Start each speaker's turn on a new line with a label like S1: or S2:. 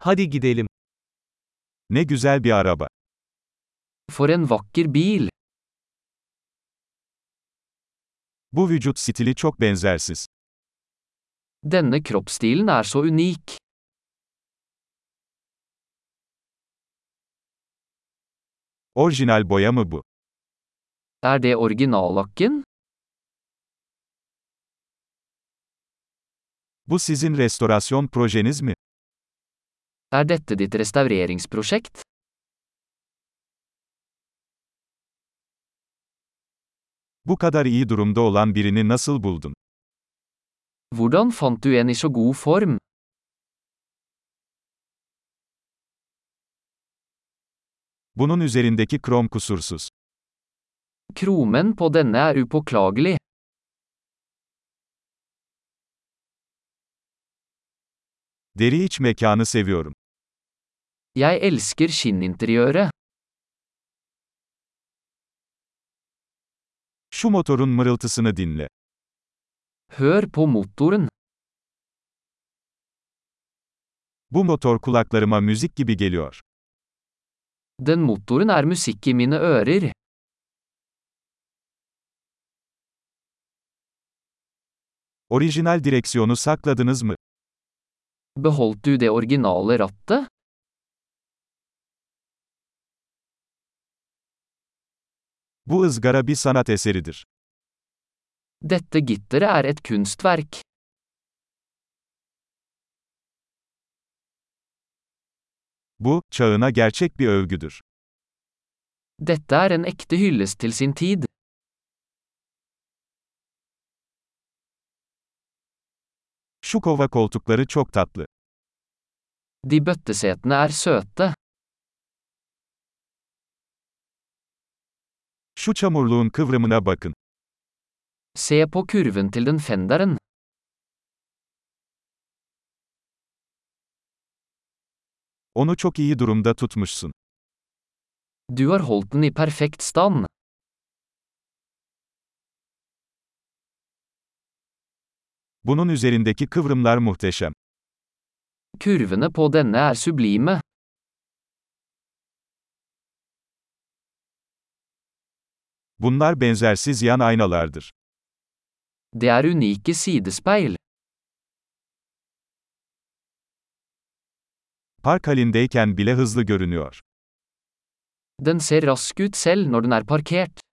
S1: Hadi gidelim. Ne güzel bir araba.
S2: For en vakker bil!
S1: Bu vücut stili çok benzersiz.
S2: Denne kroppsstilen er så unik.
S1: Orijinal boya mı bu?
S2: Er det originallakken?
S1: Bu sizin restorasyon projeniz mi?
S2: Er dette ditt restaureringsprosjekt?
S1: Bu kadar iyi durumda olan birini nasıl buldun?
S2: Hvordan fant du en i så god form?
S1: Bunun üzerindeki krom kusursuz.
S2: Kromen på denne er upåklagelig.
S1: Deri iç mekanı seviyorum.
S2: Jeg elsker skinninteriøret.
S1: Şu motorun mırıltısını dinle.
S2: Hør på motoren.
S1: Bu motor kulaklarıma müzik gibi geliyor.
S2: Den motoren er musikk i mine ører.
S1: Orijinal direksiyonu sakladınız mı?
S2: Beholdt du det originale rattet?
S1: Bu ızgara bir sanat eseridir.
S2: Dette gitteret er et kunstverk.
S1: Bu, çağına gerçek bir övgüdür.
S2: Dette er en ekte hyllest til sin tid.
S1: Şu kova koltukları çok tatlı.
S2: De bøttesetene er søte.
S1: Şu çamurluğun kıvrımına bakın.
S2: Se på kurven til den fenderen.
S1: Onu çok iyi durumda tutmuşsun.
S2: Du har holdt den i perfekt stand.
S1: Bunun üzerindeki kıvrımlar muhteşem.
S2: Kurvene på denne er sublime.
S1: Bunlar benzersiz yan aynalardır.
S2: Det er unike sidespeil.
S1: Park halindeyken bile hızlı görünüyor.
S2: Den ser rask ut selv når den er parkert.